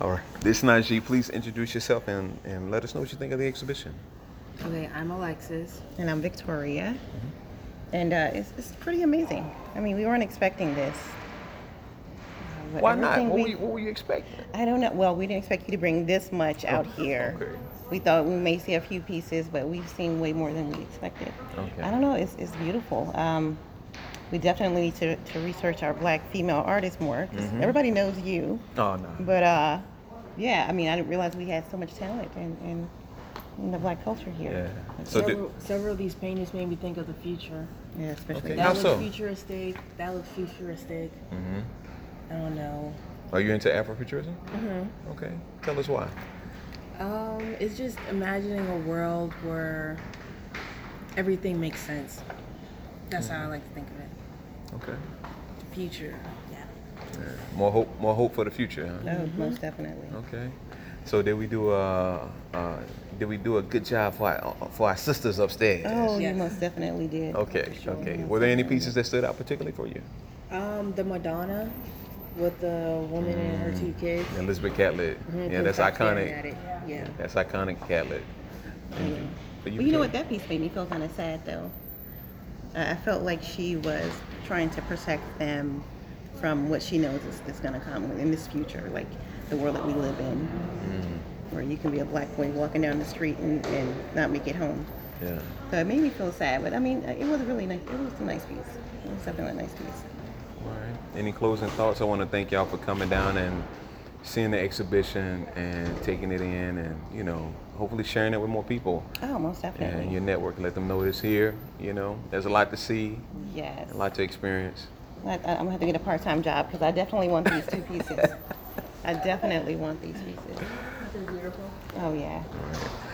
All right. This is Najee. Please introduce yourself and, and let us know what you think of the exhibition. Okay, I'm Alexis. Mm-hmm. And I'm Victoria. And uh, it's, it's pretty amazing. I mean, we weren't expecting this. Uh, Why not? everything What we- were, you, what were you expecting? I don't know. Well, we didn't expect you to bring this much out here. Oh, okay. We thought we may see a few pieces, but we've seen way more than we expected. Okay. I don't know. It's, it's beautiful. Um, we definitely need to, to research our black female artists more. 'cause Mm-hmm. Everybody knows you. Oh, no. But uh, yeah, I mean, I didn't realize we had so much talent in, in, in the black culture Yeah. here. So, several, did, several of these paintings made me think of the future. Yeah, especially. Okay. That How looks so? Mm-hmm. futuristic. That looks futuristic. I don't know. are you into Afrofuturism? Mm-hmm. Okay. Tell us why. Um, it's just imagining a world where everything makes sense. That's Mm-hmm. how I like to think of it. Okay. The future. Yeah. Yeah. More hope. More hope for the future. Huh? Oh, most definitely. Okay. So did we do a uh, did we do a good job for our, for our sisters upstairs? Oh, Yes. you most definitely did. Okay. For sure. Okay. Were there any pieces that stood out particularly for you? Um, the Madonna with the woman and her two kids. Elizabeth Catlett. Mhm, Mm. Yeah, that's just stop staring iconic. at it. Yeah. That's iconic Catlett. Thank you. But Well, you know what? That piece made me feel kind of sad, though. Uh, I felt like she was trying to protect them from what she knows is, is going to come in this future, like the world that we live in, Mm. where you can be a black boy walking down the street and, and not make it home. Yeah. So it made me feel sad, but I mean, uh, it was a really nice. It was a nice piece. It was definitely a nice piece. All right. Any closing thoughts? I want to thank y'all for coming down and seeing the exhibition and taking it in and you know hopefully sharing it with more people Oh, most and definitely. your network let them know it's here you know there's a lot to see yes. a lot to experience I, I'm gonna have to get a part-time job because I definitely want these two pieces. I definitely want these pieces. Beautiful. Oh yeah. All right.